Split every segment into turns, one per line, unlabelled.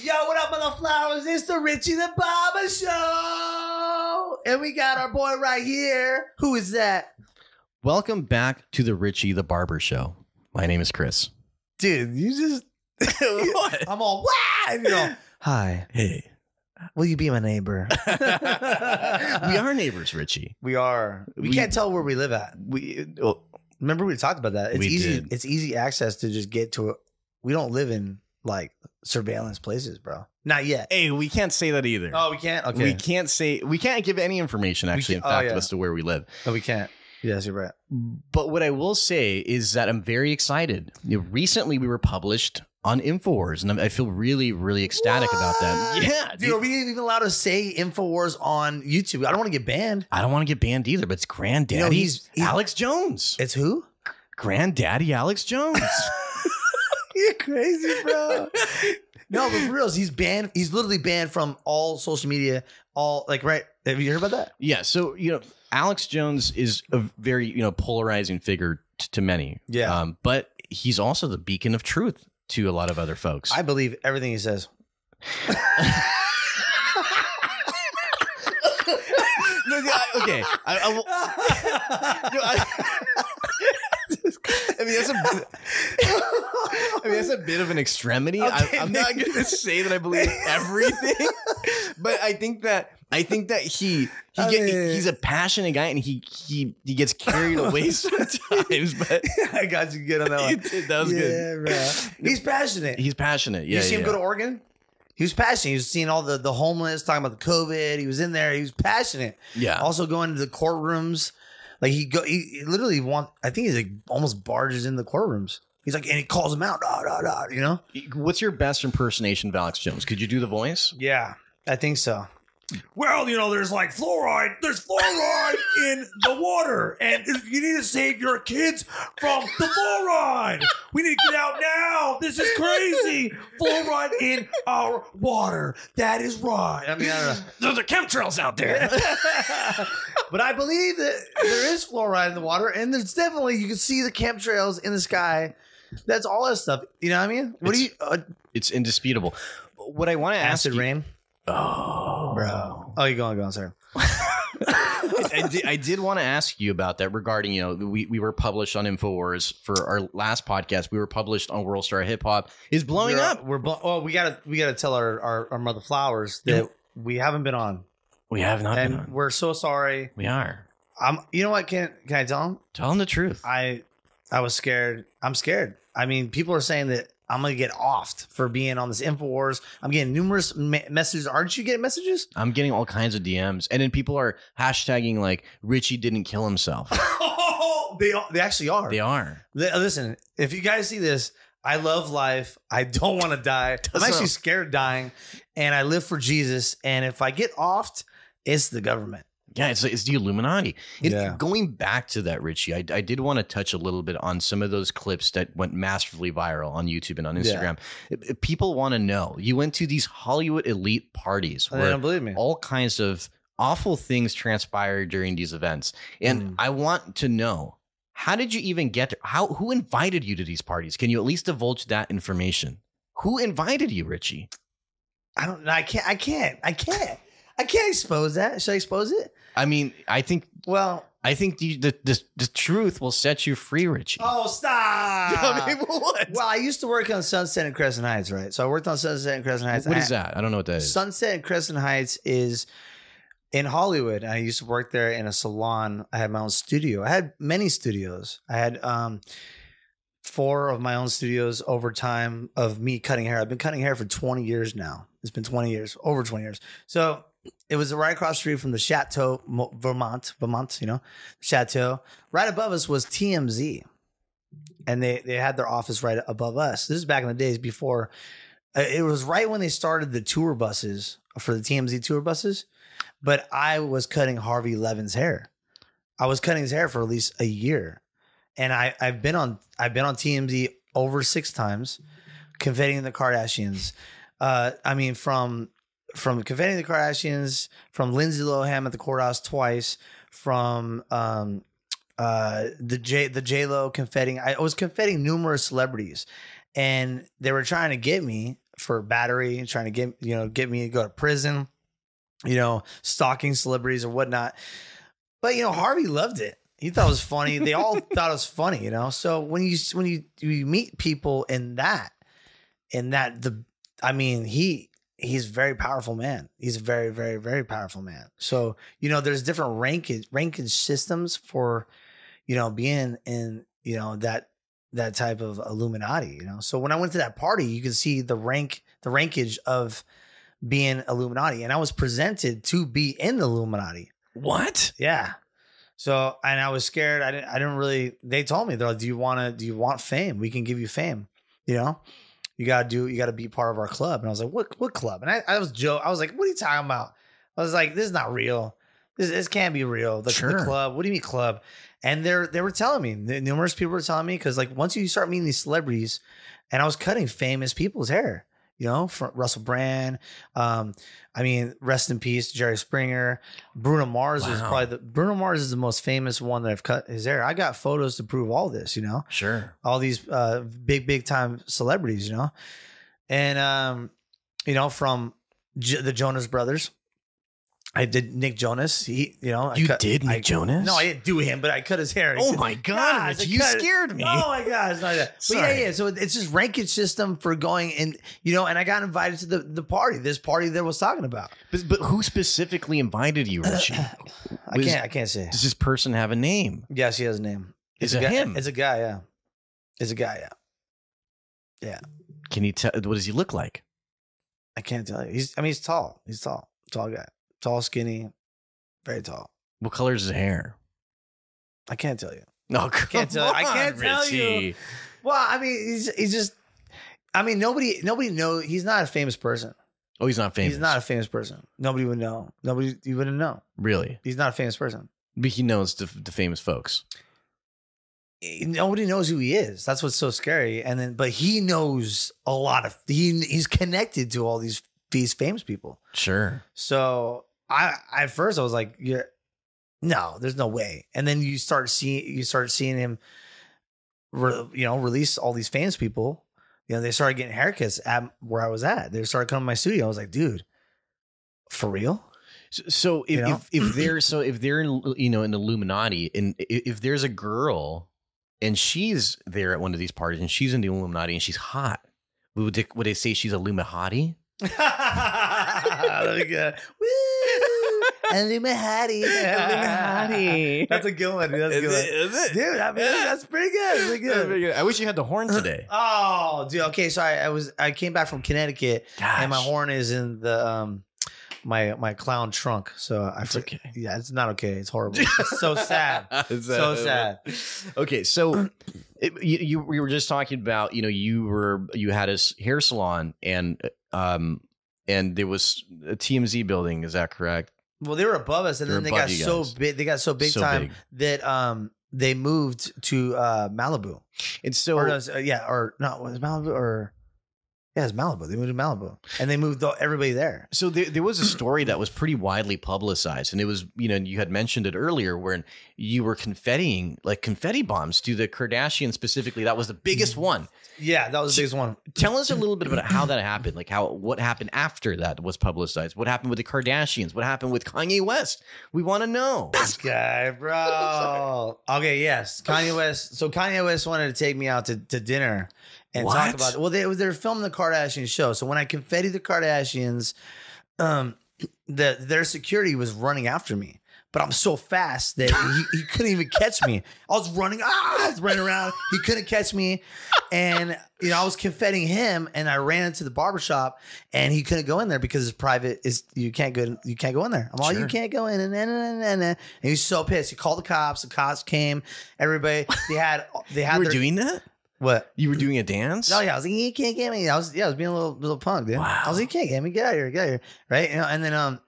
Yo, what up, mother flowers? It's the Richie the Baba Show, and we got our boy right here. Who is that,
Welcome back to the Richie the Barber Show. My name is Chris.
dude? You just
What?
I'm all wow. And you're all, Hi,
Hey.
will you be my neighbor?
we are neighbors, Richie.
We are. We,
We-
can't tell where we live at. We well, remember we talked about that. It's
We
easy.
did.
It's easy access to just get to. A, we don't live in like surveillance places, bro. Not yet.
Hey, we can't say that either.
Oh, we can't. Okay.
We can't say we can't give any information actually
can't-
in
oh,
fact
yeah.
as to where we live.
No, Oh, we can't. Yes, you're right.
But what I will say is that I'm very excited. You know, Recently we were published on Infowars and I'm- I feel really really ecstatic about that.
What?
Yeah.
Dude, are we even allowed to say Infowars on YouTube? I don't want to get banned.
I don't want to get banned either, but it's Granddaddy
You know, he's- he's-
Alex Jones.
It's who?
Granddaddy Alex Jones.
You're crazy, bro. no, but for reals, he's banned. He's literally banned from all social media. All like, right? Have you heard about that?
Yeah, so you know, Alex Jones is a very you know polarizing figure t- to many.
Yeah.
um, but he's also the beacon of truth to a lot of other folks.
I believe everything he says.
No, yeah, I- okay, I, I will- you know, I- I mean, that's a, I mean, that's a bit of an extremity.
Okay,
I, I'm not going to say that I believe everything, but I think that I think that he he
I
get,
mean-
he's a passionate guy and he he he gets carried away sometimes. But uh,
I got you good on that one.
that was
yeah,
good.
bro. He's passionate.
He's passionate. Yeah,
you see
yeah,
him go to Oregon? He was passionate. He was seeing all the, the homeless, talking about the COVID. He was in there. He was passionate.
yeah.
Also going to the courtrooms. Like he go he, he literally want I think he's like almost barges in the courtrooms. He's like and he calls him out, da, da, da, you know?
What's your best impersonation of Alex Jones? Could you do the voice?
Yeah. I think so. Well, you know, there's like fluoride. There's fluoride in the water, and you need to save your kids from the fluoride. We need to get out now. This is crazy. Fluoride in our water. That is right. I mean, I don't know.
There's are chemtrails out
but I believe that there is fluoride in the water, and there's definitely you can see the chemtrails in the sky. That's all that stuff. You know what I mean? What do you? Uh,
it's indisputable. What I want to ask
acid
you,
rain,
oh,
bro. Oh, you go on, go on, sorry.
I, did, I did want to ask you about that regarding you know we, we were published on Infowars for our last podcast. We were published on World Star Hip Hop is blowing
we're,
up.
We're blow- oh, we gotta we gotta tell our our, our mother flowers that we haven't been on,
We have not
and we're so sorry.
We are.
I'm. You know what? Can can I tell them?
Tell them the truth.
I I was scared. I'm scared. I mean, people are saying that I'm gonna get offed for being on this Infowars. I'm getting numerous me- messages. Aren't you getting messages?
I'm getting all kinds of DMs, and then people are hashtagging like Richie didn't kill himself.
they are- they actually are.
they are.
Li- Listen, if you guys see this, I love life. I don't want to die. I'm
Doesn't-
actually scared of dying, and I live for Jesus. And if I get offed, it's the government.
Yeah, it's it's the Illuminati. It-
Yeah.
Going back to that, Richie, I, I did want to touch a little bit on some of those clips that went masterfully viral on YouTube and on
Yeah.
Instagram. It- it- People want to know. You went to these Hollywood elite parties
And they
where
don't believe me.
all kinds of awful things transpired during these events, and
Mm.
I want to know how did you even get there? How who invited you to these parties? Can you at least divulge that information? Who invited you, Richie?
I don't. I can't. I can't. I can't. I can't expose that. Should I expose it?
I mean, I think
Well.
I think the the, the, the truth will set you free, Richie.
Oh, stop.
what?
uh, well, I used to work on Sunset and Crescent Heights, right? So I worked on Sunset and Crescent Heights.
what
I-
is that? I don't know what that is.
Sunset and Crescent Heights is in Hollywood. I used to work there in a salon. I had my own studio. I had many studios. I had um four of my own studios over time of me cutting hair. I've been cutting hair for 20 years now. It's been 20 years, over 20 years. So it was right across the street from the Chateau, Mo- Vermont, Vermont, you know, Chateau. Right above us was TMZ. And they, they had their office right above us. This is back in the days before uh, it was right when they started the tour buses uh, for the TMZ tour buses, but I was cutting Harvey Levin's hair. I was cutting his hair for at least a year, and I I've been on I've been on TMZ over six times, confetti the Kardashians. Uh, I mean from from confetti the Kardashians, from Lindsay Lohan at the courthouse twice, from um uh the J the J Lo confetting. I was confetting numerous celebrities and they were trying to get me for battery and trying to get you know get me to go to prison, you know, stalking celebrities and whatnot. But you know, Harvey loved it. He thought it was funny. they all thought it was funny, you know. So when you when you you meet people in that, in that the, I mean, he he's a very powerful man. He's a very very very powerful man. So you know, there's different rankage rankage systems for, you know, being in you know that that type of Illuminati, you know. So when I went to that party, you could see the rank, the rankage of being Illuminati, and I was presented to be in the Illuminati.
What?
Yeah. So and I was scared. I didn't. I didn't really. They told me they're like, "Do you want to? Do you want fame? We can give you fame. You know, you gotta do. You gotta be part of our club." And I was like, "What? What club?" And I, I was Joe. I was like, "What are you talking about?" I was like, "This is not real. This this can't be real. The, the
Sure.
club. What do you mean club?" And they're they were telling me n- numerous people were telling me because like once you start meeting these celebrities, and I was cutting famous people's hair. You know, from Russell Brand. Um, I mean, rest in peace, Jerry Springer. Bruno Mars was
Wow.
probably the Bruno Mars is the most famous one that I've cut his hair. I got photos to prove all this. You know,
Sure.
all these uh, big big time celebrities, you know, and um, you know from J- the Jonas Brothers. I did Nick Jonas. He, you know, I
you
cut-
did Nick
I-
Jonas?
No, I didn't do him, but I cut his hair.
Oh my god,
God,
Rich, you
God.
scared me.
Oh my god, it's not that. But yeah,
Sorry.
yeah. So it's this rankage system for going and you know, and I got invited to the the party, this party that I was talking about.
But, but who specifically invited you, Richie?
I
Was-
can't, I can't say.
Does this person have a name?
Yes, he has a name.
Is
a
it
guy,
him?
It's a guy, yeah. It's a guy, yeah.
Can you tell? What does he look like?
I can't tell you. He's I mean he's tall. He's tall. Tall guy. Tall, skinny, very tall.
What color is his hair? Oh,
I can't tell you.
No,
Can't tell- I can't tell you. Well, I mean, he's he's just I mean, nobody nobody knows he's not a famous person.
Oh, he's not famous.
He's not a famous person. Nobody would know. Nobody you wouldn't know.
really,
He's not a famous person.
but he knows the, the famous folks.
eh, Nobody knows who he is. That's what's so scary. And then but he knows a lot of he he's connected to all these these famous people.
Sure.
So I at first I was like, "You're no, there's no way." And then you start seeing you start seeing him, re, you know, release all these fans people. You know, they started getting haircuts at where I was at. They started coming to my studio. I was like, "Dude, for real?"
So, so if,
You know?
if if there's so if they're in you know an Illuminati and i- if there's a girl and she's there at one of these parties and she's in the Illuminati and she's hot, would they, would they say she's a Lumihati?
There we go. Woo! Illuminati. That's a good one. dude. That's a good one. Dude, I mean, that's pretty good. That's pretty good.
I wish you had the horn today.
Oh, dude. Okay, so I, I was I came back from Connecticut
Gosh.
and my horn is in the um my my clown trunk so i
It's
for-
okay.
yeah it's not okay it's horrible it's so sad
Is
So
sad. Okay, so it, you, you we were just talking about you know you were you had a s- hair salon and um and there was a TMZ building. Is that correct?
well they were above us and
They're
then they got
above you
so
guys.
big they got so big
So
time
big.
that um they moved to uh malibu
And so
or does, uh, yeah or not was it malibu or yeah it's malibu they moved to malibu and they moved the- everybody there
so there, there was a story that was pretty widely publicized, and it was you know you had mentioned it earlier when you were confettiing like confetti bombs to the Kardashians specifically. That was the biggest one.
yeah that was the biggest one
Tell us a little bit about how that happened, like how what happened after that was publicized. What happened with the Kardashians? What happened with Kanye West? We want to know.
this guy, bro. okay, yes, Kanye West. So Kanye West wanted to take me out to, to dinner and
What?
talk about. Well, they they're filming the Kardashian show. So when I confetti the Kardashians, um, the their security was running after me. But I'm so fast that he, he couldn't even catch me. I was running, ah, I was running around. He couldn't catch me. And, you know, I was confetting him and I ran into the barbershop and he couldn't go in there because it's private. Is you can't go you can't go in there. I'm all you
Sure.
can't go in and and and and, and he was so pissed. He called the cops. The cops came. Everybody they had they had
you were
their,
doing that?
what?
You were doing a dance?
Oh yeah, I was like you can't get me. I was yeah, I was being a little little punk, dude.
Wow.
I was like you can't get me. Get out of here. Get out of here. Right? You know, and then um.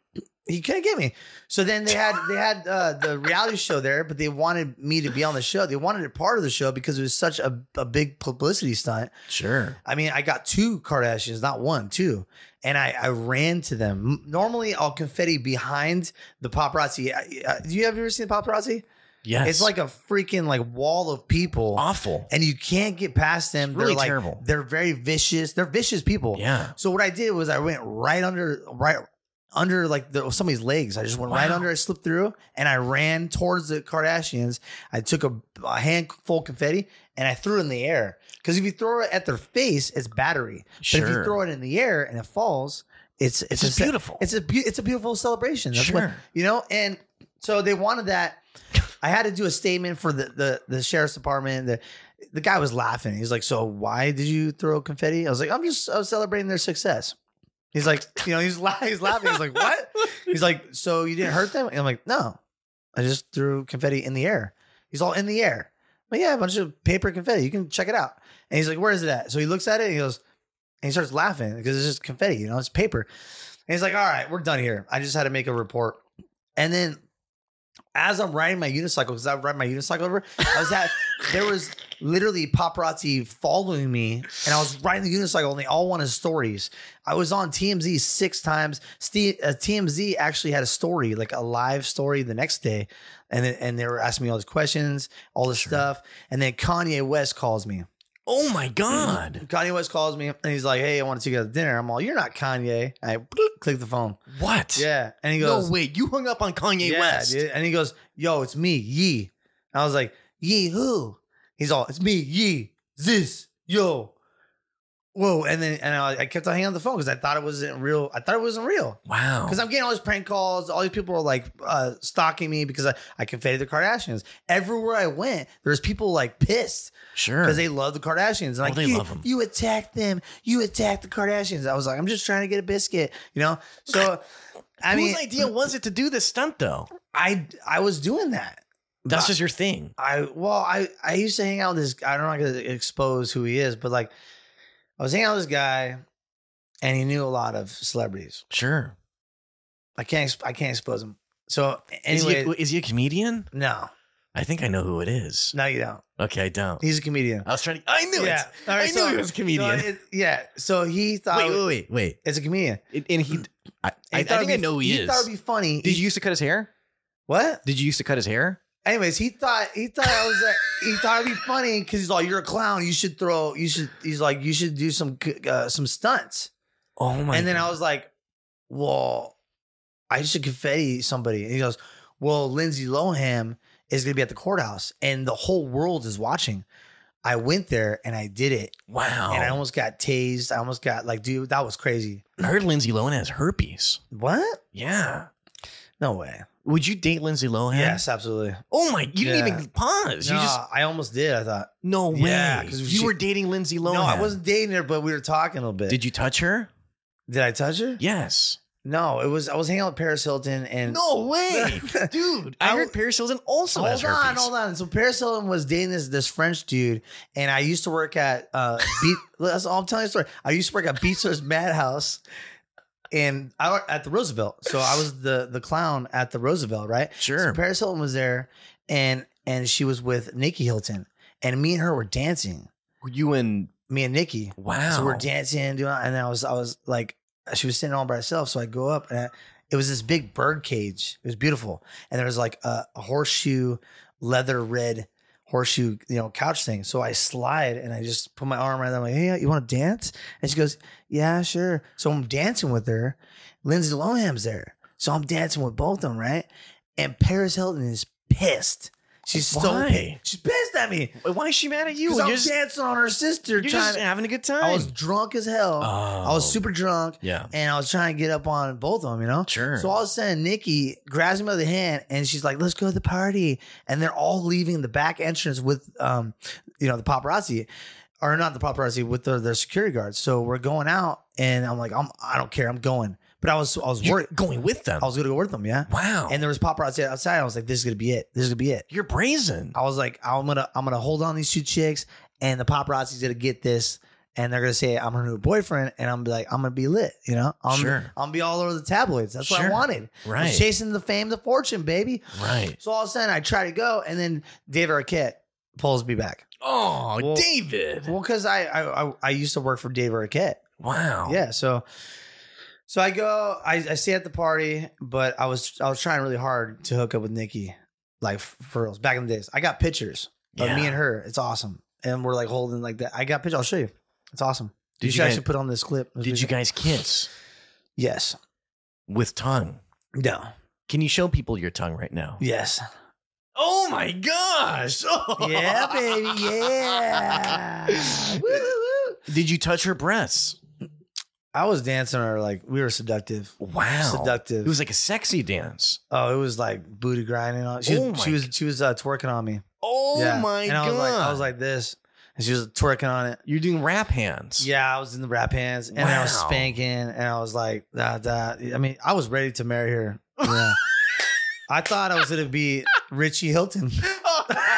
He couldn't get me, so then they had they had uh, the reality show there, but they wanted me to be on the show. They wanted it part of the show because it was such a, a big publicity stunt.
Sure.
I mean, I got two Kardashians, not one, two. And I, I ran to them. M- Normally, I'll confetti behind the paparazzi. I- I- Do you have you ever seen the paparazzi?
Yes.
It's like a freaking like wall of people,
awful.
and you can't get past them.
It's really
they're like
terrible.
they're very vicious. They're vicious people.
yeah.
So what I did was I went right under right under like the, somebody's legs. I just went right
Wow.
under. I slipped through and I ran towards the Kardashians. I took a, a handful of confetti and I threw it in the air because if you throw it at their face, it's battery.
Sure.
But if you throw it in the air and it falls, it's it's,
it's
a
just
se-
beautiful.
It's a beau- it's a beautiful celebration. That's
sure.
what you know. And so they wanted that. I had to do a statement for the the, the sheriff's department. The the guy was laughing. He's like, "So why did you throw confetti?" I was like, "I'm just I was celebrating their success." He's like, you know, he's la- he's laughing. He's like, "What?" He's like, "So you didn't hurt them?" And I'm like, "No, I just threw confetti in the air." He's all in the air. But yeah, a bunch of paper confetti. You can check it out. And he's like, "Where is it at?" So he looks at it and he goes, and he starts laughing because it's just confetti. You know, it's paper. And he's like, "All right, we're done here. I just had to make a report." And then as I'm riding my unicycle, because I ride my unicycle over, I was at there was literally paparazzi following me, and I was riding the unicycle, and they all wanted stories. I was on TMZ six times. Steve, uh, TMZ actually had a story, like a live story, the next day, and then, and they were asking me all these questions, all this
Sure.
stuff, and then Kanye West calls me.
oh my god!
Kanye West calls me, and he's like, "Hey, I want to take you out to dinner." I'm all, "You're not Kanye." I click the phone.
Mm-hmm. What?
Yeah, and he goes,
no way. You hung up on Kanye
yeah,
West.
dude. And he goes, Yo, it's me, Yee. And I was like, Yee who? He's all, It's me, Yee, this, yo. Whoa. And then and I, I kept on hanging on the phone because I thought it wasn't real. I thought it wasn't real.
Wow.
Because I'm getting all these prank calls. All these people are like uh, stalking me because I, I confetti the Kardashians. Everywhere I went, there's people like pissed
sure. Oh,
because they love the Kardashians. And like,
they
you,
love 'em.
You attacked them. You attacked the Kardashians. I was like, I'm just trying to get a biscuit, you know? So, I mean,
Whose idea was it to do this stunt though?
I I was doing that.
That's
But
just your thing.
I well I I used to hang out with this. I don't know gonna expose who he is, but like I was hanging out with this guy, and he knew a lot of celebrities.
Sure.
I can't ex- I can't expose him. So
Is
anyway,
he, a- is he a comedian?
no,
I think I know who it is.
no, you don't.
Okay, I don't.
He's a comedian.
I was trying to. I knew
yeah,
it.
All right,
I
so-
knew he was a
so
comedian.
it- yeah, so he thought
wait, wait, wait, wait.
it's a comedian.
It- and he, I,
And
I, I
he thought
think I
it'd be-
know who he,
Thought it'd
is.
be funny.
Did
He-
you used to cut his hair?
what?
Did you used to cut his hair?
Anyways, he thought he thought I was like, he thought it'd be funny because he's like, "You're a clown. You should throw. You should." He's like, "You should do some uh, some stunts."
Oh my!
and then I
God.
was like, "Well, I should confetti somebody." And he goes, "Well, Lindsay Lohan is gonna be at the courthouse, and the whole world is watching." I went there and I did it,
wow.
and I almost got tased. I almost got like, dude, that was crazy.
I heard Lindsay Lohan has herpes.
What?
Yeah.
No way.
Would you date Lindsay Lohan?
Yes, absolutely.
Oh my! You didn't
Yeah.
even pause.
no,
You just
I almost did. I thought.
no way.
Yeah, 'cause
you
she-
were dating Lindsay Lohan.
No, I wasn't dating her, but we were talking a little bit.
Did you touch her?
Did I touch her?
Yes.
No, it was I was hanging out with Paris Hilton and
No way, dude. I,
I-
heard Paris Hilton also
hold
has
on,
herpes.
hold on. So Paris Hilton was dating this this French dude, and I used to work at uh Beat. that's all I'm telling you a story. I used to work at Beatster's Madhouse, and I wor- at the Roosevelt. So I was the the clown at the Roosevelt, right? So
Sure.
Paris Hilton was there, and and she was with Nikki Hilton, and me and her were dancing.
Were you in?
Me and Nikki.
Wow.
So we're dancing, doing, and I was, I was like, she was sitting all by herself. So I go up, and I, it was this big bird cage. It was beautiful, and there was like a, a horseshoe, leather red horseshoe, you know, couch thing. So I slide, and I just put my arm around. Her, I'm like, hey, you want to dance? And she goes, yeah, sure. So I'm dancing with her. Lindsay Lohan's there, so I'm dancing with both of them, right? And Paris Hilton is pissed. She's so
Why?
pissed. she's pissed at me
Wait, Why is she mad at you?
because
You're
I'm
just,
dancing on her sister.
you're
trying
just
to-
having a good time.
I was drunk as hell. I was
Oh.
super drunk
Yeah.
and I was trying to get up on both of them, you know?
Sure.
So all of a sudden, Nikki grabs me by the hand and she's like, let's go to the party. And they're all leaving the back entrance with, um, you know, the paparazzi or not the paparazzi with their, their security guards. So we're going out and I'm like, I'm, I don't care. I'm going. But I was, I was
You're
worried.
going with them.
I was going to go with them. Yeah.
wow.
And there was paparazzi outside. I was like, this is going to be it. This is going to be it.
you're brazen.
I was like, I'm gonna I'm gonna hold on these two chicks, and the paparazzi's gonna get this, and they're gonna say I'm her new boyfriend, and I'm be like I'm gonna be lit, you know? I'm
Sure.
I'm be all over the tabloids. That's what I
Sure.
wanted. I
Right.
was chasing the fame, the fortune, baby.
right.
So all of a sudden, I try to go, and then Dave Arquette pulls me back.
Oh,
Well-
David.
Well, because I, I I I used to work for Dave Arquette.
wow.
Yeah, so. So I go, I, I stay at the party, but I was I was trying really hard to hook up with Nikki. like for reals, back in the days. I got pictures of me and her. It's awesome, and we're like holding like that. I got pictures. I'll show you. It's awesome. you,
Did you
should
guys-
actually put on this clip?
Did you guys kiss
Yes.
with tongue?
No.
Can you show people your tongue right now?
Yes.
Oh my gosh! Oh.
Yeah, baby. Yeah. Woo, woo.
Did you touch her breasts?
I was dancing or like we were seductive.
Wow.
Seductive.
It was like a sexy dance.
oh, it was like booty grinding. on- She,
Oh
was,
my
she was she was uh, twerking on me.
Oh
Yeah.
my
and I
god!
was like I was like this, and she was twerking on it.
you're doing rap hands.
Yeah, I was in the rap hands, and I was
Wow.
spanking, and I was like, nah, nah. I mean, I was ready to marry her. Yeah. I thought I was gonna be Richie Hilton.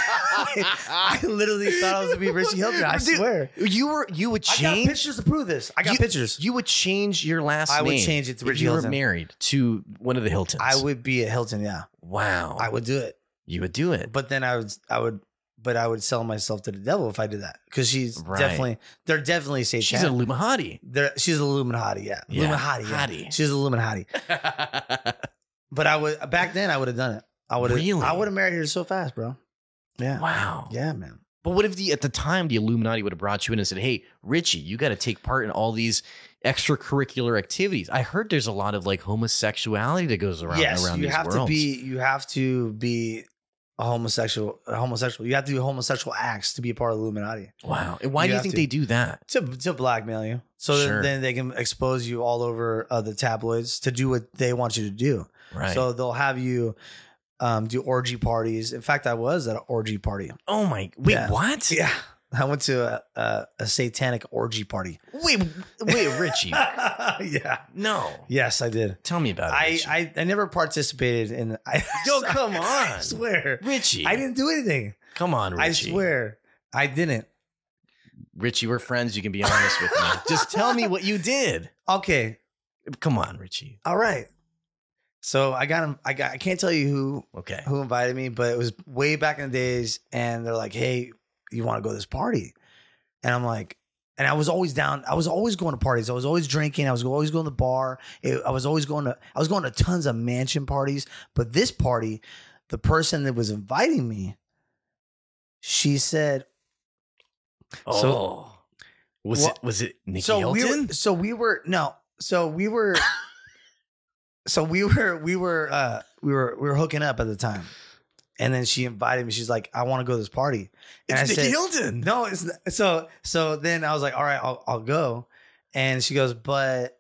I literally thought I was gonna be Richie Hilton. I
Dude,
swear.
You were you would
I got
change.
pictures to prove this. I got
You-
pictures.
You would change your last
I
name.
would change it to
if
Richie
you were
Hilton.
married to one of the Hiltons.
I would be a Hilton. Yeah,
Wow.
I would do it.
You would do it.
But then I would, I would, but I would sell myself to the devil if I did that because she's
Right.
definitely, they're definitely satanic.
She's a Lumahati.
they're, she's a Illuminati. Yeah,
Yeah.
Illuminati. Yeah.
Hottie.
She's a Illuminati. But I would back then. I would have done it. I would have.
Really?
I would have married her so fast, bro. Yeah.
wow.
Yeah, man.
But what if the at the time the Illuminati would have brought you in and said, "Hey, Richie, you got to take part in all these extracurricular activities." I heard there's a lot of like homosexuality that goes around
yes,
around
you
these
have
worlds.
to be. You have to be a homosexual. A homosexual. You have to do homosexual acts to be a part of Illuminati.
wow. And why
You
do you
have
think
to.
they do that?
to to blackmail you. So then-
Sure.
then they can expose you all over uh, the tabloids to do what they want you to do.
Right.
So they'll have you um, do orgy parties. In fact, I was at an orgy party.
oh my. Wait,
Yeah.
what?
Yeah, I went to a, a, a satanic orgy party.
Wait, wait, Richie.
yeah.
no.
Yes, I did.
Tell me about it.
I,
Richie.
I, I never participated in. I,
Yo, come
I
on.
swear,
Richie.
I didn't do anything.
Come on, Richie.
I swear, I didn't.
Richie, we're friends. You can be honest with me. Just tell me what you did.
Okay,
Come on, Richie.
All right. So I got him. I got. I can't tell you who
Okay.
who invited me, but it was way back in the days, and they're like, "Hey, you want to go to this party?" And I'm like, and I was always down. I was always going to parties. I was always drinking. I was always going to the bar. It- I was always going to. I was going to tons of mansion parties. But this party, the person that was inviting me, she said,
Oh. was
Wha-
it was it Nikki
so
Hilton?
we were, so we were no so we were so we were we were uh we were we were hooking up at the time and then she invited me she's like i want to go to this party and
it's
i
Nikki
said
Hilton.
no it's not. so so then i was like all right I'll, I'll go and she goes but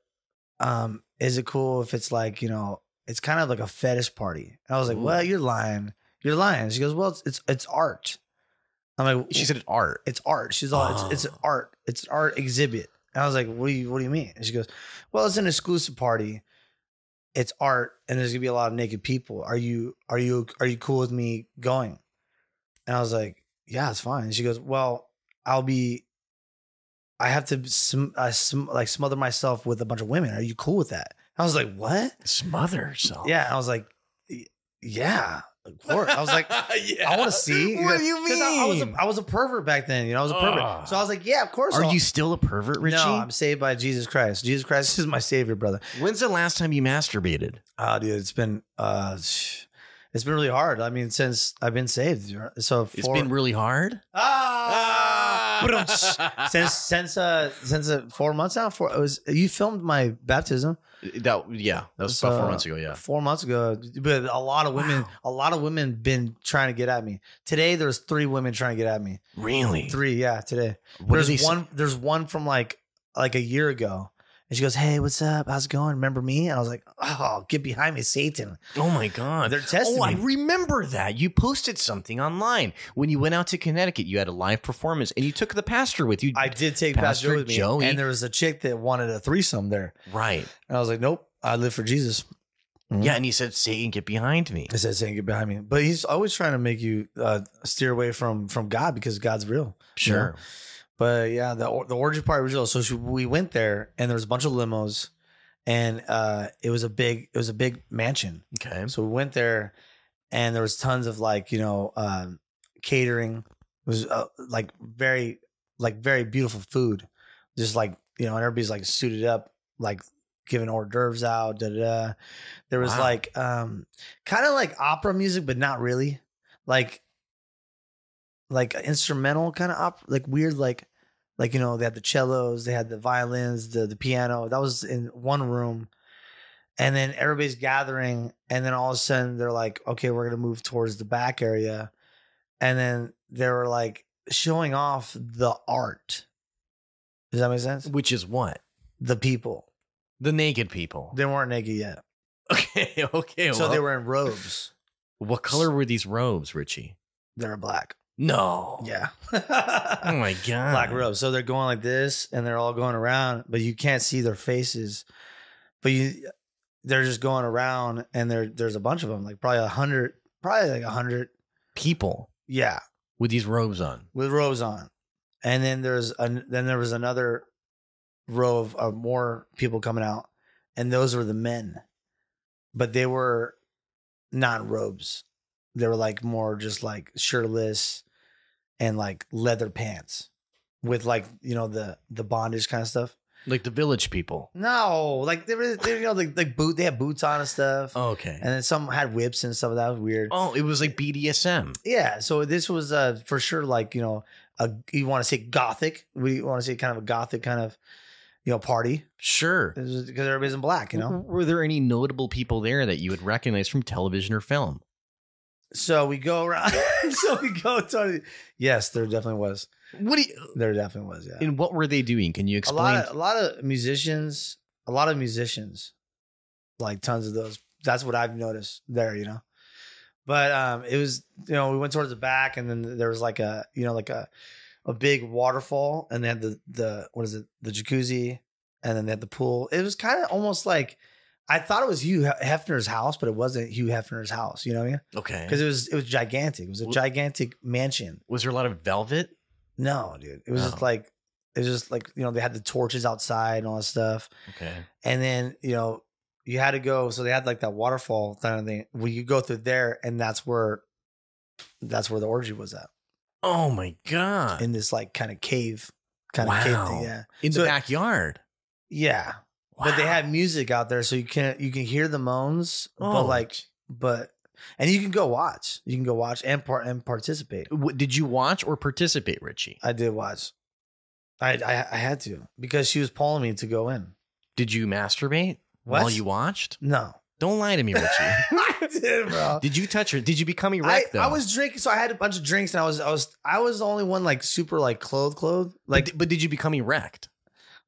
um is it cool if it's like you know it's kind of like a fetish party and i was like
Ooh.
well you're lying you're lying she goes well it's it's, it's art i'm like
She said it's art.
it's art. She's all
Oh.
it's it's an art. It's an art exhibit. And I was like, what do you what do you mean? And she goes, Well, it's an exclusive party. It's art, and there's gonna be a lot of naked people. Are you are you are you cool with me going? And I was like, Yeah, it's fine. And she goes, Well, I'll be. I have to sm- uh, sm- like smother myself with a bunch of women. Are you cool with that? I was like, What?
Smother herself.
Yeah. And I was like, "Y- Yeah, of course. I was like,
Yeah.
I want to see.
What do you
'Cause I, I was a,
mean?
I was a pervert back then. You know, I was a pervert.
Ugh.
So I was like, yeah, of course.
Are
I'll-
you still a pervert, Richie?
No, I'm saved by Jesus Christ. Jesus Christ is my savior, brother.
When's the last time you masturbated?
Oh, dude, it's been uh, it's been really hard. I mean, since I've been saved, so for,
It's been really hard.
ah. Ba-dum-tsh. Since since uh since uh, four months now, four it was you filmed my baptism
that yeah, that was about four months ago. Yeah.
four months ago, but a lot of women,
Wow.
a lot of women been trying to get at me. Today there's three women trying to get at me.
Really?
Three, yeah, today.
What
there's
did they say?
one there's one from like like a year ago. And she goes, Hey, what's up? How's it going? Remember me? And I was like, Oh, get behind me, Satan.
Oh my god.
They're testing
Oh, I
me.
remember that. You posted something online when you went out to Connecticut. You had a live performance and you took the pastor with you.
I did take
Pastor
Pastor with me.
Joey.
And there was a chick that wanted a threesome there.
right.
And I was like, Nope, I live for Jesus. Mhm.
Yeah, and he said, Satan, get behind me.
I said, Satan, get behind me. But he's always trying to make you uh, steer away from from God because God's real.
Sure.
But yeah, the or- the orgy party was real. So she, we went there, and there was a bunch of limos, and uh, it was a big it was a big mansion.
Okay.
So we went there, and there was tons of like you know um, catering. It was uh, like very like very beautiful food, just like you know, and everybody's like suited up, like giving hors d'oeuvres out. Da da. da. There was
Wow.
like um, kind of like opera music, but not really. like like instrumental kind of op like weird like like you know they had the cellos they had the violins the the piano that was in one room and then everybody's gathering and then all of a sudden they're like okay we're gonna move towards the back area and then they were like showing off the art does that make sense
Which is what?
the people
The naked people.
they weren't naked yet
okay, okay.
so they
well,
were in robes
What color were these robes, Richie?
they were black
No.
yeah
Oh my god.
black robes. So they're going like this, and they're all going around, but you can't see their faces. But you, they're just going around, and there there's a bunch of them, like probably a hundred, probably like a hundred,
People
yeah,
with these robes on.
with robes on. And then there's an, then there was another row of, of more people coming out, and those were the men, but they were not in robes. They were like more just like shirtless and like leather pants with like you know the the bondage kind of stuff.
Like the village people.
No, like they were they, you know like like boot they had boots on and stuff,
Okay.
and then some had whips and stuff. That was weird.
oh, it was like BDSM.
Yeah, so this was uh, for sure like you know a you want to say gothic. We want to say kind of a gothic kind of you know party
Sure.
because everybody's in black, you know.
W- Were there any notable people there that you would recognize from television or film?
So we go around. so we go to yes, there definitely was.
What do you,
There definitely was. Yeah,
and what were they doing? Can you
a
explain?
lot of, a lot of musicians, a lot of musicians, like tons of those. That's what I've noticed there, you know. But um, it was you know we went towards the back, and then there was like a you know like a a big waterfall, and they had the the what is it the jacuzzi, and then they had the pool. It was kind of almost like I thought it was Hugh Hefner's house, but it wasn't Hugh Hefner's house. You know what I mean?
okay.
Because it was it was gigantic. It was a
Well-
gigantic mansion.
Was there a lot of velvet?
No, dude, it was just
Oh.
like it was just like you know they had the torches outside and all that stuff.
Okay.
And then, you know, you had to go. So they had like that waterfall kind of thing. Well, you go through there, and that's where that's where the orgy was at.
Oh my god! In,
In this like kind of cave, kind of cave
Wow.
thing. Yeah.
the
so-
backyard.
Yeah. But they had music out there, so you can you can hear the moans,
Oh.
but like but and you can go watch. You can go watch and part and participate.
W- Did you watch or participate, Richie?
I did watch. I I, I had to because she was pulling me to go in.
Did you masturbate
What?
while you watched?
No.
Don't lie to me, Richie.
I did, bro.
did you touch her? Did you become
I,
erect though?
I was drinking, so I had a bunch of drinks, and I was I was I was the only one like super like clothed clothed
like,
like
but, did you become erect?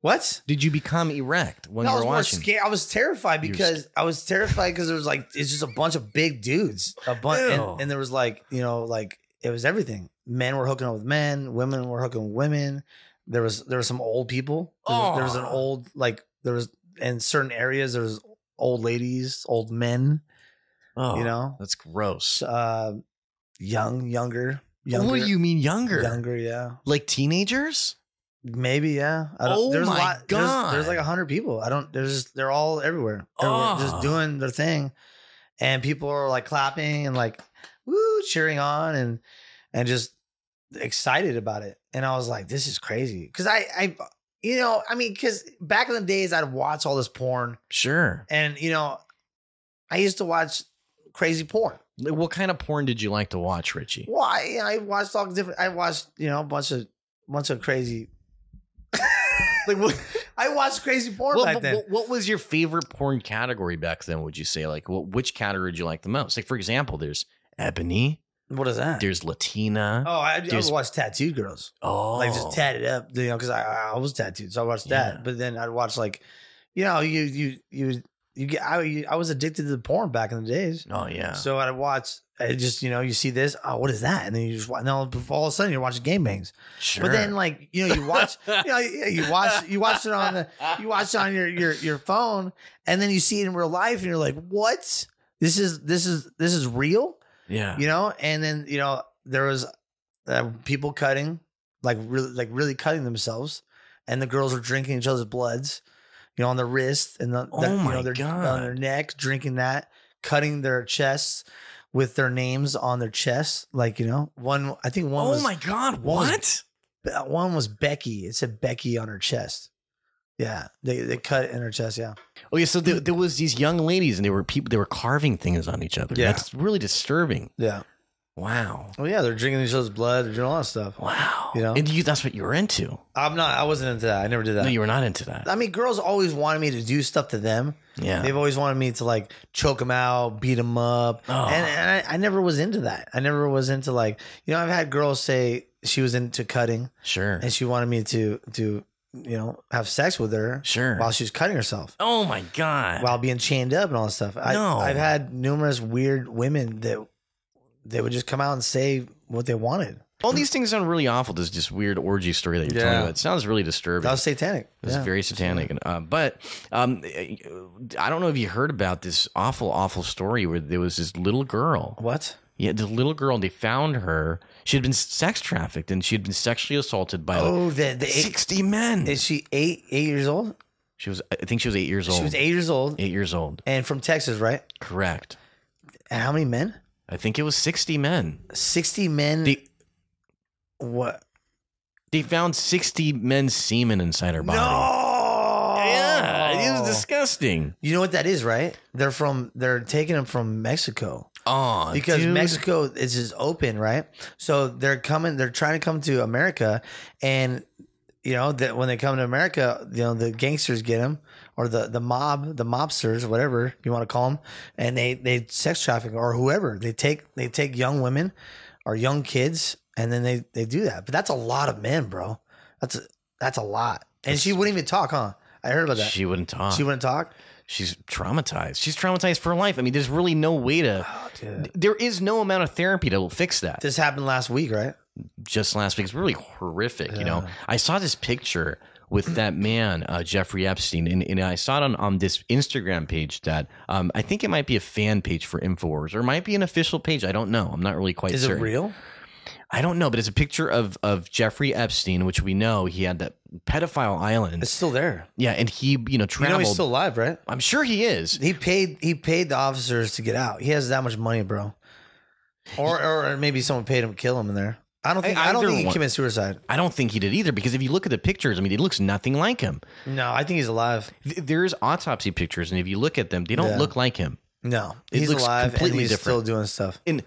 what?
Did you become erect when
No,
you
I was
were
more
watching?
scared. I was terrified
You were
because I was terrified because there was like it's just a bunch of big dudes, a bunch,
Ew.
and, and there was like you know like it was everything. Men were hooking up with men, women were hooking with women. There was there were some old people. There, was- there was an
Oh.
old like there was in certain areas there was old ladies, old men,
Oh,
you know,
that's gross.
uh, young, younger, younger.
What do Oh, you mean younger?
Younger, yeah.
Like teenagers?
Maybe yeah. I don't,
Oh
there's
my
a lot, There's,
God.
there's like a hundred people. I don't. There's just they're all everywhere. They're
Oh.
just doing their thing, and people are like clapping and like woo, cheering on and and just excited about it. And I was like, this is crazy because I I you know I mean because back in the days I'd watch all this porn
Sure.
and you know I used to watch crazy porn.
Like, What kind of porn did you like to watch, Richie?
Well, I, I watched all different. I watched you know a bunch of bunch of crazy. like what? I watched crazy porn
What,
back
what,
then.
what- what was your favorite porn category back then? Would you say like what, which category did you like the most? Like for example, there's ebony,
what is that?
there's Latina.
oh, I, I
there's-
would watch tattooed girls,
Oh,
like just tatted up, you know, because I, I was tattooed, so I watched
Yeah.
that. But then I'd watch like, you know, you you you you get. I you, I was addicted to the porn back in the days.
Oh yeah.
So I'd watch. I just you know you see this. Oh, what is that? And then you just watch. Now all of a sudden you're watching game bangs.
sure.
But then like you know you watch. you know, you you watch you watch it on the you watch it on your your your phone and then you see it in real life and you're like what this is this is this is real
yeah.
you know and then you know there was uh, people cutting like really like really cutting themselves and the girls are drinking each other's bloods you know on their wrist and the,
Oh
the- you
my
know their
God.
on their neck drinking that cutting their chests with their names on their chests like you know one i think one
Oh
was
my god,
one was-
what?
one was becky it said becky on her chest yeah they they cut it in her chest yeah
Oh yeah, so there, there was these young ladies and they were people they were carving things on each other.
Yeah.
That's really disturbing.
Yeah.
Wow.
Well, yeah, they're drinking each other's blood. They're doing all that stuff.
Wow.
You know?
And you, that's what you were into.
I'm not. I wasn't into that. I never did that.
No, you were not into that.
I mean, girls always wanted me to do stuff to them.
yeah.
They've always wanted me to like choke them out, beat them up,
Oh.
and, and I, I never was into that. I never was into like you know I've had girls say she was into cutting
sure.
and she wanted me to to you know have sex with her
Sure.
while she was cutting herself.
oh my god.
While being chained up and all this stuff, I,
No.
I've had numerous weird women that they would just come out and say what they wanted.
All these things sound really awful. This just weird orgy story that you're telling
Yeah.
me about. It sounds really disturbing.
That was satanic.
It was
Yeah.
very satanic. And, Uh, but um, I don't know if you heard about this awful, awful story where there was this little girl.
what?
Yeah, the little girl, they found her. She had been sex trafficked and she had been sexually assaulted by like,
Oh, the, the eight,
60 men.
is she eight eight years old?
she was, I think she was eight years old.
She was eight years old
Eight years old.
and from Texas, right?
Correct.
And how many men?
I think it was 60 men.
60 men.
They,
what?
they found 60 men's semen inside her body.
No.
Yeah,
Oh.
it was disgusting.
You know what that is, right? They're from they're taking them from Mexico
Oh,
because
dude.
Mexico is just open, right? So they're coming, they're trying to come to America, and you know that when they come to America, you know the gangsters get them or the the mob, the mobsters, whatever you want to call them, and they they sex traffic or whoever they take they take young women or young kids, and then they they do that. But that's a lot of men, bro. That's a, that's a lot, and she wouldn't even talk, huh? I heard about that.
She wouldn't talk.
she wouldn't talk.
She's traumatized. She's traumatized for life. I mean, there's really no way to.
Oh, dude.
There is no amount of therapy to fix that.
This happened last week, right?
Just last week, it's really horrific. You know,
Yeah.
I saw this picture with that man uh, Jeffrey Epstein, and, and I saw it on, on this Instagram page that um, I think it might be a fan page for Infowars, or it might be an official page. I don't know. I'm not really quite
Is
sure.
it real?
I don't know, but it's a picture of of Jeffrey Epstein, which we know he had that pedophile island.
It's still there.
Yeah, and he you know
You know
traveled.
he's still alive, right?
I'm sure he is.
He paid he paid the officers to get out. He has that much money, bro. Or or maybe someone paid him to kill him in there. I don't think I, don't
Either
think he
one.
committed suicide.
I don't think he did either because if you look at the pictures, I mean, it looks nothing like him.
No, I think he's alive.
Th- There's autopsy pictures, and if you look at them, they don't
Yeah.
look like him.
No,
It
he's
looks
alive and
completely
he's
different.
still doing stuff.
And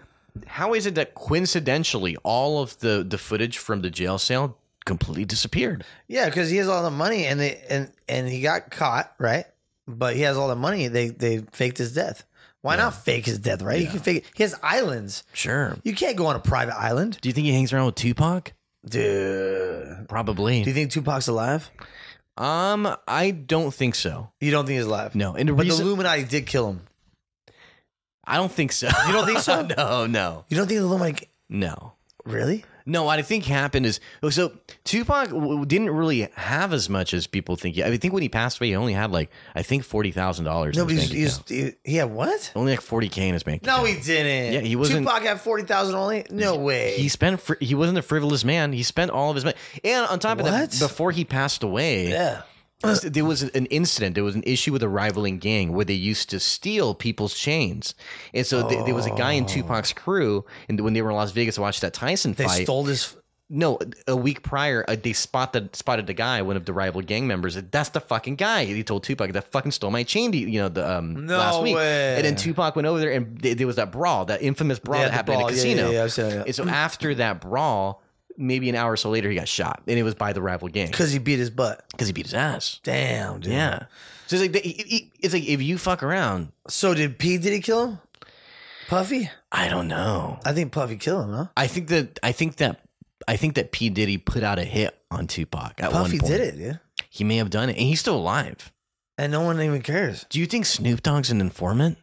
how is it that coincidentally, all of the the footage from the jail cell completely disappeared?
Yeah, because he has all the money and they and and he got caught, right? But he has all the money. They they faked his death. Why not fake his death, right? You
Yeah.
can fake. It. He has islands.
Sure.
You can't go on a private island,
Do you think he hangs around with Tupac?
dude.
Probably.
Do you think Tupac's alive?
um, I don't think so.
You don't think he's alive?
No, and the
But the
reason-
Illuminati did kill him.
I don't think so.
You don't think so?
no, no,
You don't think the Illuminati?
no.
Really?
No, what I think happened is oh, so Tupac w- didn't really have as much as people think. I, mean, I think when he passed away, he only had like I think forty thousand dollars.
No,
No,
but he's, he's, he, he had what?
only like forty k in his bank.
No,
account.
he didn't.
Yeah, he wasn't-
Tupac had forty thousand only. No way.
he spent. Fr- he wasn't a frivolous man. He spent all of his money. And on top of
What?
that, before he passed away,
yeah.
there was an incident. There was an issue with a rivaling gang where they used to steal people's chains. And so th- there was a guy in Tupac's crew, and when they were in Las Vegas to watch that Tyson
Oh. They
fight,
stole this.
No, a week prior, uh, they spot the, spotted the guy, one of the rival gang members. That's the fucking guy. He told Tupac that fucking stole my chain. You know, the um
No
last week.
way.
And then Tupac went over there, and th- there was that brawl, that infamous brawl
Yeah,
that
the
happened
ball.
at a
Yeah,
casino.
Yeah, yeah, I've seen it, yeah.
And so after that brawl, maybe an hour or so later, he got shot, and it was by the rival gang
Because he beat his butt.
because he beat his ass.
Damn, dude.
Yeah. So it's like, they- he- he- it's like if you fuck around,
So did P? Did he kill him? Puffy?
I don't know.
I think Puffy killed him. Huh?
I think that I think that I think that P Diddy put out a hit on Tupac at one
Puffy
point.
did it, yeah.
He may have done it, and he's still alive.
And no one even cares.
Do you think Snoop Dogg's an informant?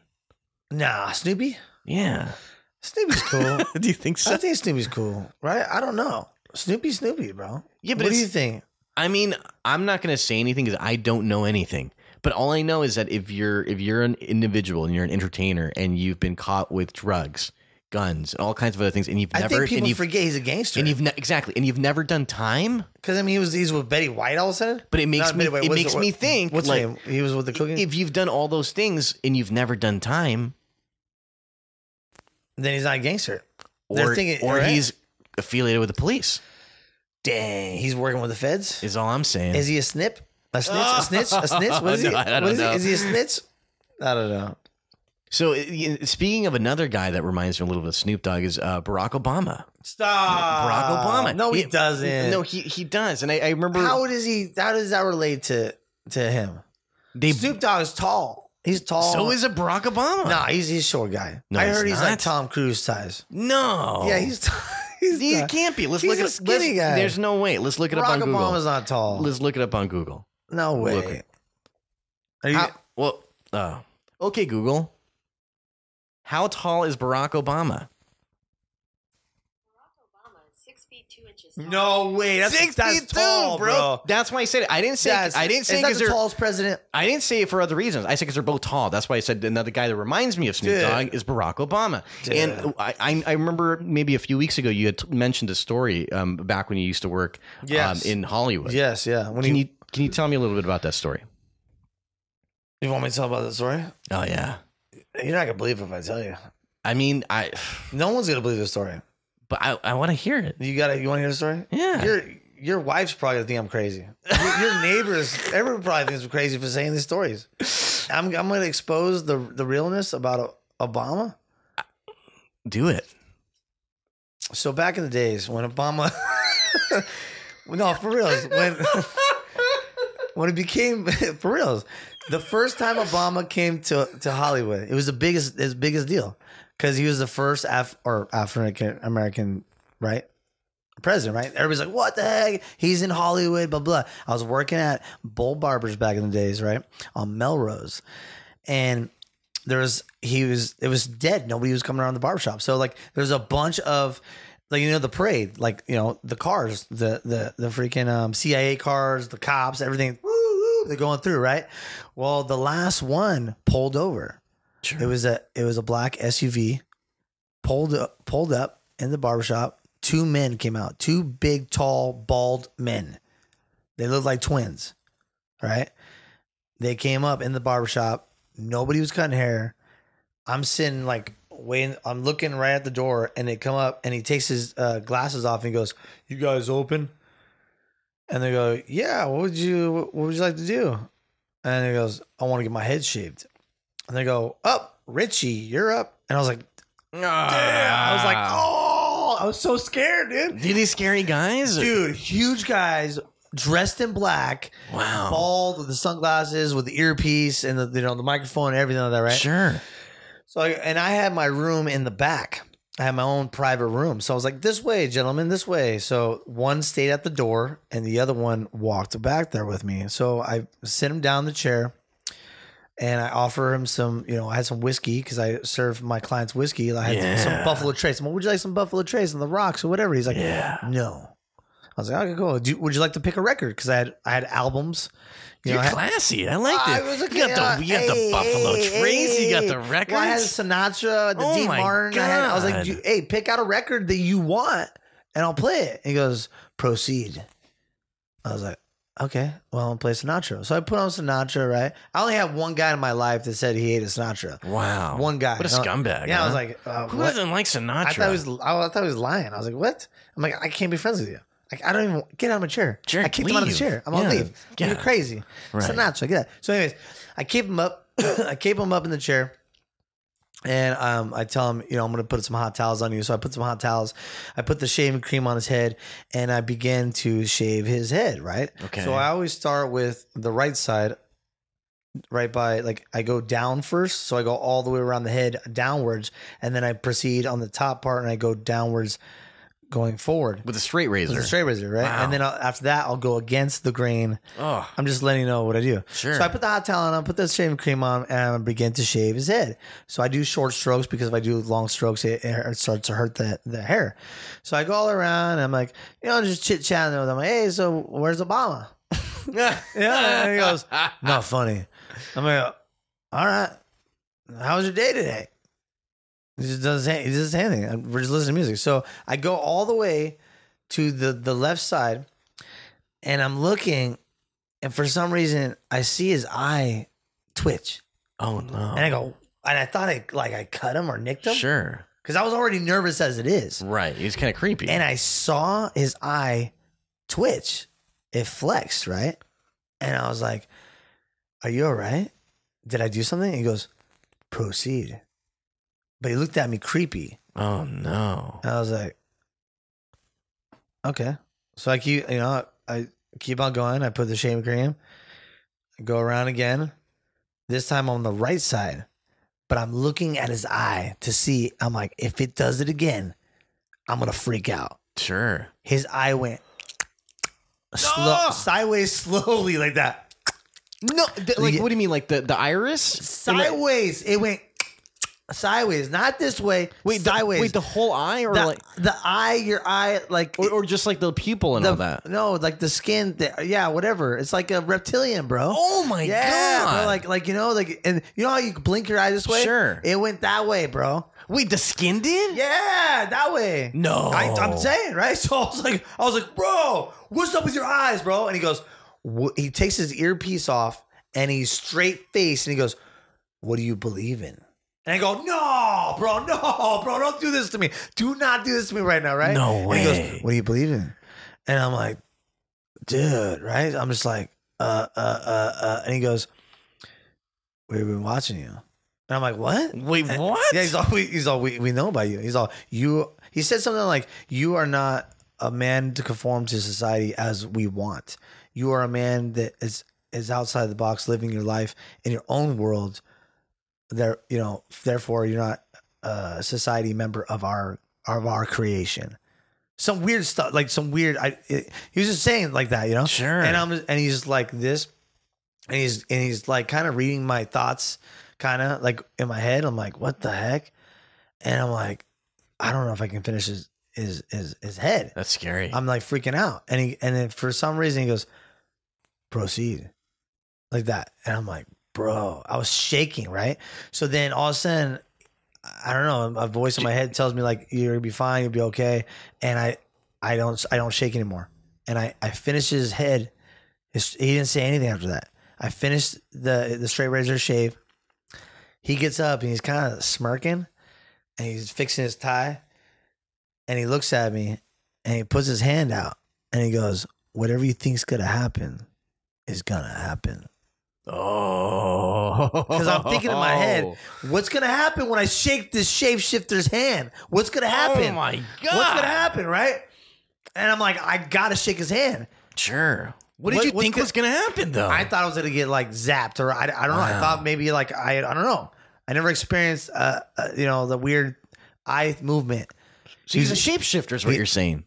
Nah, Snoopy.
Yeah. Uh,
Snoopy's cool.
Do you think
I think Snoopy's cool, right? I don't know. Snoopy, Snoopy, bro.
Yeah, but
what do
it's-
you think?
I mean, I'm not going to say anything because I don't know anything. But all I know is that if you're if you're an individual and you're an entertainer and you've been caught with drugs, guns, and all kinds of other things, and you've
I
never
think people
and you've,
forget he's a gangster.
and you've ne- exactly and you've never done time,
Because I mean, he was he's with Betty White all of a sudden.
but it makes
Not
me
Betty White,
it
what's
makes
the-
me think
What's
like
his name? He was with the cooking.
if you've done all those things and you've never done time,
then he's not a gangster. They're
or
thinking-
or
right.
he's affiliated with the police
Dang, he's working with the feds. Is,
is all I'm saying.
he a snip? A snitch? A snitch? A snitch? What is
No,
he?
I don't
what is
know.
he? Is he a snitch? I don't know.
So i- i- speaking of another guy that reminds me a little bit of Snoop Dogg is uh, Barack Obama.
Stop.
Barack Obama.
No, he
Yeah.
doesn't.
No, he he does, and I, I remember
how does he? How does that relate to to him?
they.
Snoop Dogg is tall. He's tall.
so is a Barack Obama.
Nah, he's he's a short guy.
No,
I
he's
heard he's
not.
like Tom Cruise size.
No.
Yeah, he's t- he's
he
not-
can't be. Let's
He's
look
a
at
skinny
let's-
guy.
There's no way. Let's look it up
Barack
on Google.
Obama's not tall.
Let's look it up on Google.
no way.
Look.
Are you-
How- well, uh, okay, Google. How tall is Barack Obama?
Barack Obama is six feet two inches. tall.
no way. That's, that's tall, bro.
That's why I said it. I didn't say.
That's-
I didn't say
is that
because
the
they're.
tallest president.
I didn't say it for other reasons. I said because they're both tall. That's why I said another guy that reminds me of Snoop
Dude.
Dogg is Barack Obama.
Dude.
And I, I, I remember maybe a few weeks ago you had t- mentioned a story um, back when you used to work
Yes.
um, in Hollywood.
Yes, yeah. When
Can
he-
you can you tell me a little bit about that story?
you want me to tell about the story?
Oh yeah.
You're not gonna believe it if I tell you.
I mean, I
No one's gonna believe the story.
but I, I want to hear it.
You gotta. You want to hear the story?
Yeah.
Your your wife's probably gonna think I'm crazy. Your, your neighbors, everyone probably thinks I'm crazy for saying these stories. I'm I'm gonna expose the the realness about Obama.
Do it.
So back in the days when Obama, no, for reals, when when it became for reals, the first time Obama came to to Hollywood, it was the biggest his biggest deal because he was the first Af or African American, right? President, right? Everybody's like, "What the heck? He's in Hollywood." Blah blah. I was working at Bull Barbers back in the days, right, on Melrose, and there was he was it was dead. Nobody was coming around the barbershop. So like there's a bunch of like you know the parade, like you know the cars, the the the freaking um, CIA cars, the cops, everything. Woo, woo, they're going through, right? Well, the last one pulled over.
Sure.
It was a it was a black SUV pulled up, pulled up in the barbershop. Two men came out, two big, tall, bald men. They looked like twins, right? They came up in the barbershop. Nobody was cutting hair. I'm sitting like waiting. I'm looking right at the door, and they come up, and he takes his uh, glasses off and he goes, "You guys open?" And they go, "Yeah. What would you What would you like to do?" And he goes, "I want to get my head shaved." And they go, "Up, Richie, you're up." And I was like, "Damn!" I was like, "Oh!" I was so scared, dude.
Did these scary guys?
Dude, huge guys dressed in black,
Wow.
bald with the sunglasses, with the earpiece and the you know the microphone and everything like that, right?
Sure.
So I, and I had my room in the back. I had my own private room. So I was like, this way, gentlemen, this way. So one stayed at the door and the other one walked back there with me. So I sent him down the chair and I offer him some, you know, I had some whiskey because I serve my clients whiskey. I had
Yeah.
some Buffalo Trace. I'm like, would you like some Buffalo Trace on the rocks or whatever? He's like,
Yeah.
no. I was like, okay, cool. Do, you- would you like to pick a record? Because I had I had albums. You know,
You're
I had-
classy. I like
I
that.
was a
you
kid.
got the you got
Hey,
the Buffalo
hey,
Trace. You got
hey.
the records.
Well, I had Sinatra, the
Oh
Dean
my
Martin. I, had, I was
God.
like, "You- hey, pick out a record that you want and I'll play it. And he goes, proceed. I was like, okay, well, I'm gonna play Sinatra. So I put on Sinatra, right? I only had one guy in my life that said he hated Sinatra.
wow.
One guy.
Oh, What a
And I-
scumbag.
Yeah,
huh?
I was like, uh,
who
what?
doesn't like Sinatra?
I thought, he was, I thought he was lying. I was like, what? I'm like, I can't be friends with you. Like, I don't even get out of my chair.
Jerk,
I kicked him out of the
leave.
chair. I'm gonna
Yeah,
leave.
yeah.
You're crazy.
Right.
Sinatra, get that. So, anyways, I keep him up. I keep him up in the chair, and um, I tell him, you know, I'm gonna put some hot towels on you. So I put some hot towels. I put the shaving cream on his head, and I begin to shave his head. Right.
Okay.
So I always start with the right side, right by like I go down first. So I go all the way around the head downwards, and then I proceed on the top part, and I go downwards, going forward.
with a straight
It's
razor.
a straight razor, right?
Wow.
And then I'll, after that, I'll go against the grain.
oh,
I'm just letting you know what I do.
sure.
So I put the hot towel on, I put the shaving cream on, and I begin to shave his head. So I do short strokes because if I do long strokes, it, it starts to hurt the, the hair. So I go all around, and I'm like, you know, just chit chatting with him. like, hey, so where's Obama?
yeah,
Yeah, and he goes, not funny. I'm like, all right. How was your day today? He just doesn't say, he doesn't say anything. I'm- We're just listening to music. So I go all the way to the, the left side and I'm looking, and for some reason, I see his eye twitch.
Oh no.
And I go, and I thought I, like I cut him or nicked him because
Sure.
I was already nervous as it is.
Right. He's kind of creepy.
And I saw his eye twitch. It flexed, right? And I was like, Are you all right? Did I do something? He goes, Proceed. but he looked at me creepy.
Oh no.
And I was like, okay. So I keep, you know, I keep on going. I put the shaving cream, go around again. This time on the right side, but I'm looking at his eye to see. I'm like, if it does it again, I'm gonna freak out.
Sure.
His eye went
No!
slow, sideways, slowly like that.
No, th- like
Yeah.
what do you mean? Like the the iris?
Sideways, it went sideways, not this way.
Wait, the,
sideways.
wait, the whole eye, or
the,
like,
the eye, your eye, like
or, or just like the pupil and
the-
all that.
No, like the skin. The, yeah, whatever. It's like a reptilian, bro.
Oh my
yeah, bro, like like you know, like and you know how you blink your eye this way.
Sure.
it went that way, bro.
wait, the skin did?
Yeah, that way.
No,
I, I'm saying right. So I was like, I was like, bro, what's up with your eyes, bro? And he goes, wh- he takes his earpiece off and he's straight face and he goes, what do you believe in? And I go, no, bro, no, bro, don't do this to me. Do not do this to me right now, right?
No
and
way.
He goes, what do you believe in? And I'm like, dude, right? I'm just like, uh, uh, uh, uh. And he goes, we've been watching you. And I'm like, what?
wait, what?
Yeah, he's all we, he's all we, we know about you. He's all you. He said something like, "You are not a man to conform to society as we want. You are a man that is is outside the box, living your life in your own world. There, you know. Therefore, you're not a society member of our of our creation. Some weird stuff, like some weird. I it, he was just saying like that, you know.
sure.
And I'm and he's like this, and he's and he's like kind of reading my thoughts, kind of like in my head. I'm like, what the heck? And I'm like, I don't know if I can finish his his his, his head.
That's scary.
I'm like freaking out, and he and then for some reason he goes, proceed, like that, and I'm like, bro, I was shaking, right? So then all of a sudden. I don't know. A voice in my head tells me like you're gonna be fine, you'll be okay, and I, I don't, I don't shake anymore. And I, I finished his head his, he didn't say anything after that. I finished the the straight razor shave. He gets up and he's kind of smirking, and he's fixing his tie, and he looks at me, and he puts his hand out, and he goes, "Whatever you think's gonna happen, is gonna happen."
oh, because
I'm thinking in my
Oh.
head, What's gonna happen when I shake this shapeshifter's hand? What's gonna happen?
Oh my god!
What's gonna happen, right? And I'm like, I gotta shake his hand.
Sure. What did
What-
you
what's
think
go-
was gonna happen though?
I thought I was gonna get like zapped, or I, I don't know. I
Wow.
thought maybe like I I don't know. I never experienced uh, uh you know the weird eye movement.
so he's a shapeshifter, is what
He-
you're saying.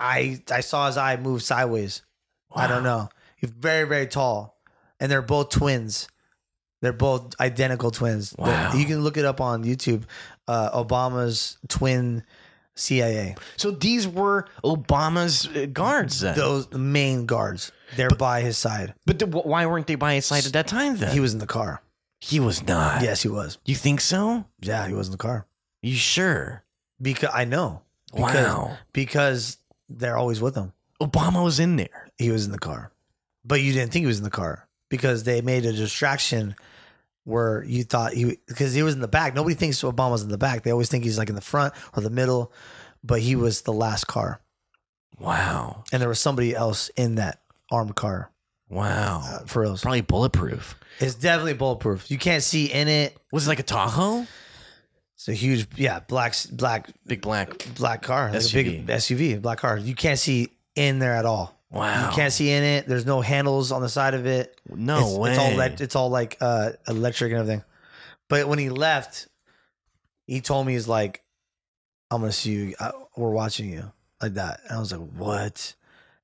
I I saw his eye move sideways. I don't
Wow.
know. He's very very tall, and they're both twins. They're both identical twins. They're-
Wow.
You can look it up on YouTube. Uh, Obama's twin CIA.
So these were Obama's uh, guards then.
Those main guards. They're by his side.
but the, wh- why weren't they by his side at that time then?
He was in the car.
He was not.
Yes, he was.
You think so?
Yeah, he was in the car.
You sure?
Because I know. Because
Wow.
because they're always with him.
Obama was in there.
He was in the car, but you didn't think he was in the car because they made a distraction where you thought he because he was in the back. Nobody thinks Obama's in the back. They always think he's like in the front or the middle, but he was the last car,
Wow.
and there was somebody else in that armed car.
Wow.
uh, for real,
Probably bulletproof.
it's definitely bulletproof. You can't see in it.
Was it like a Tahoe?
It's a huge, yeah, black black
Big black.
black car, like a big
SUV.
SUV, black car. You can't see in there at all.
Wow.
You can't see in it. There's no handles on the side of it.
No
it's,
way.
It's all elect- it's all like uh, electric and everything. But when he left, he told me he's like, "I'm gonna see you. I, we're watching you like that." And I was like, "What?"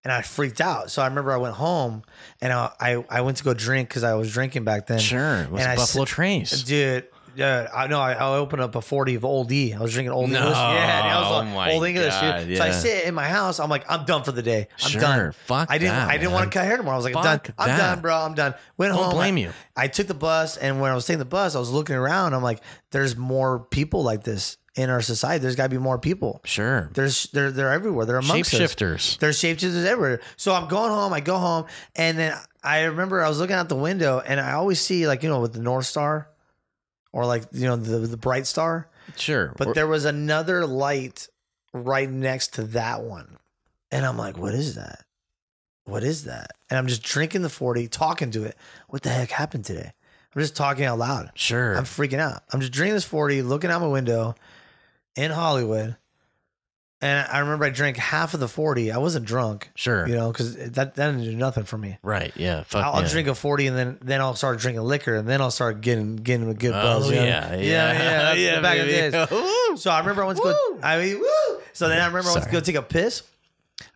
And I freaked out. So I remember I went home and I I, I went to go drink because I was drinking back then.
sure. It was
and I
Buffalo Trace.
Dude, dude, I know I, I opened up a 40 of Old E. I was drinking Old
No,
English. Yeah, dude, I was
oh
on
my
Old English. dude.
God,
So I
yeah.
sit in my house. I'm like, I'm done for the day. I'm
sure.
done.
Fuck
I didn't.
that,
I didn't
man.
want to cut hair tomorrow. I was like, I'm
Fuck
done. I'm
that.
done, bro. I'm done. Went
Don't
home.
blame
I,
you.
I took the bus, and when I was taking the bus, I was looking around. I'm like, there's more people like this in our society. There's got to be more people.
Sure.
There's they're they're everywhere. They're amongst us.
Shapeshifters.
There's shapeshifters everywhere. So I'm going home. I go home, and then I remember I was looking out the window, and I always see like you know with the North Star, or like you know the the bright star.
Sure.
But
Or-
there was another light right next to that one, and I'm like, what is that? What is that? And I'm just drinking the forty, talking to it. What the heck happened today? I'm just talking out loud.
Sure.
I'm freaking out. I'm just drinking this 40, looking out my window in Hollywood. And I remember I drank half of the 40. I wasn't drunk,
sure.
you know, because that, that didn't do nothing for me.
Right. Yeah. Fuck.
I'll, I'll
yeah.
drink a 40 and then, then I'll start drinking liquor and then I'll start getting getting a good buzz.
Oh,
you know?
yeah. Yeah.
Yeah. Yeah. that's the back of the days.
Woo!
So I remember I went to go.
Woo!
I mean, woo! So then I remember I went to go
Sorry.
take a piss.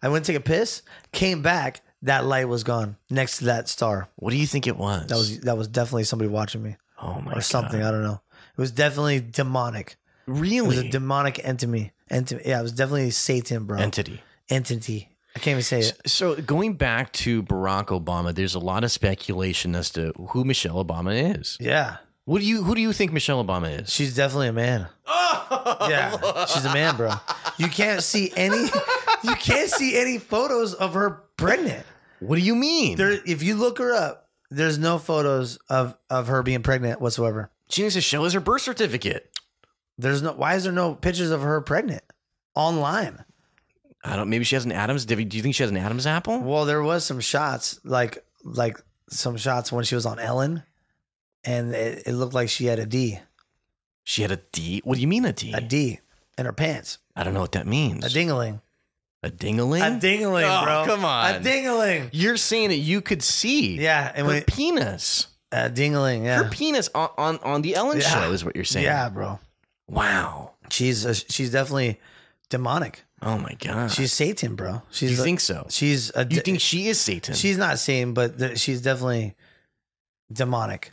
I went to take a piss, came back. That light was gone next to that star.
What do you think it was?
That was that was definitely somebody watching me
oh my
or something.
God.
I don't know. It was definitely demonic. It was
Really?
a demonic entity. Entity. Yeah, it was definitely Satan, bro.
entity.
Entity. I can't even say it.
So going back to Barack Obama, there's a lot of speculation as to who Michelle Obama is.
Yeah,
What do you who do you think Michelle Obama is?
she's definitely a man.
Oh!
Yeah, she's a man, bro. You can't see any. You can't see any photos of her pregnant.
What do you mean?
There, if you look her up, there's no photos of of her being pregnant whatsoever.
she needs to show us her birth certificate.
There's no. Why is there no pictures of her pregnant online?
I don't. Maybe she has an Adam's. Do you think she has an Adam's apple?
Well, there was some shots, like like some shots when she was on Ellen, and it, it looked like she had a D,
She had a D. What do you mean a D?
a D in her pants,
I don't know what that means.
a dingaling,
A
a
dingling.
dingaling,
Oh,
bro,
come on.
a dingaling.
You're saying that you could see.
Yeah, and
Her
when
penis.
uh, dingaling, yeah,
Her penis on, on on the Ellen
Yeah.
show is what you're saying.
yeah, bro.
Wow.
She's a, she's definitely demonic.
Oh my god.
She's Satan, bro.
Do
She's
you
a-
think so?
she's a
Do you think she is Satan?
She's not sane, but th- she's definitely demonic.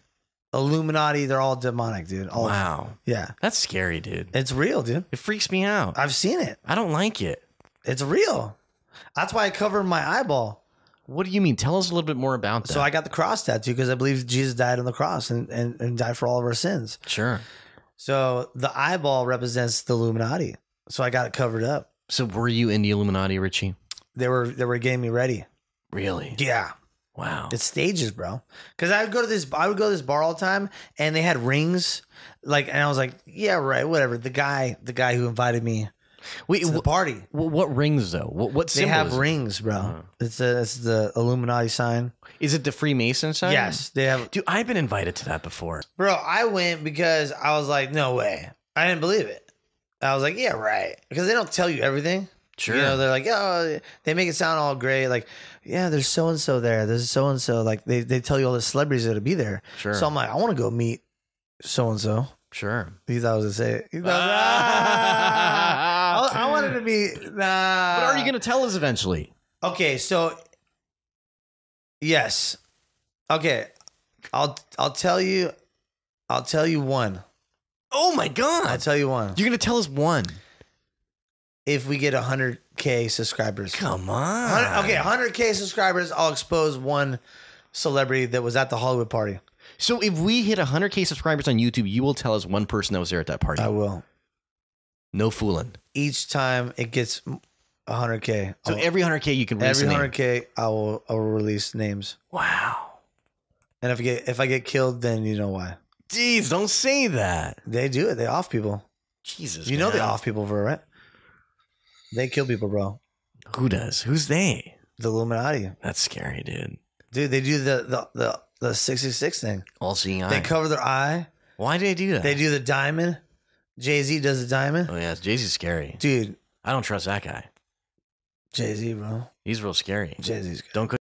Illuminati, they're all demonic, dude. All of them.
wow.
Yeah.
That's scary, dude.
It's real, dude.
It freaks me out.
I've seen it.
I don't like it.
It's real. That's why I covered my eyeball.
What do you mean? Tell us a little bit more about that.
So I got the cross tattoo because I believe Jesus died on the cross and, and, and died for all of our sins.
sure.
So the eyeball represents the Illuminati. So I got it covered up.
So were you in the Illuminati, Richie?
They were they were getting me ready.
Really?
Yeah.
Wow.
It's stages, bro. Because I would go to this, I would go to this bar all the time, and they had rings, like, and I was like, yeah, right, whatever. The guy, the guy who invited me
Wait,
to the
wh-
party,
wh- what rings though? What, what
they
symbol
have
is it?
rings, bro.
Uh-huh.
It's a, it's the Illuminati sign.
Is it the Freemason sign?
Yes, they have,
Dude, I've been invited to that before.
bro. I went because I was like, no way, I didn't believe it. I was like, yeah, right, because they don't tell you everything.
Sure.
You know, they're like, oh, they make it sound all great. Like, yeah, there's so and so there. There's so and so. Like, they, they tell you all the celebrities that'll be there.
sure.
So I'm like, I want to go meet so and so.
sure.
He thought I was gonna say it. He thought, ah! I, I wanted to be. Nah.
But are you going to tell us eventually?
Okay, so yes. Okay, I'll I'll tell you. I'll tell you one.
Oh my
I'll
god.
tell you one.
You're going to tell us one.
If we get hundred k subscribers,
Come on.
100, okay, hundred k subscribers, I'll expose one celebrity that was at the Hollywood party.
So if we hit 100k subscribers on YouTube, you will tell us one person that was there at that party.
I will.
no fooling.
Each time it gets hundred k,
So every 100k you can
Oh.
release
every
a name.
hundred k, I will I will release names.
Wow.
And if I get if I get killed, then you know why.
Jeez, don't say that.
They do it. They off people.
Jesus.
You know they
man.
off people for it, right? They kill people, bro.
Who does? Who's they?
The Illuminati,
That's scary, dude.
dude. They do the the the, the sixty six thing.
All seeing eye.
They cover their eye.
Why do they do that?
They do the diamond. Jay Z does the diamond,
Oh yeah, Jay Z's scary.
dude.
I don't trust that guy.
Jay Z, bro.
He's real scary.
Jay Z's
Don't go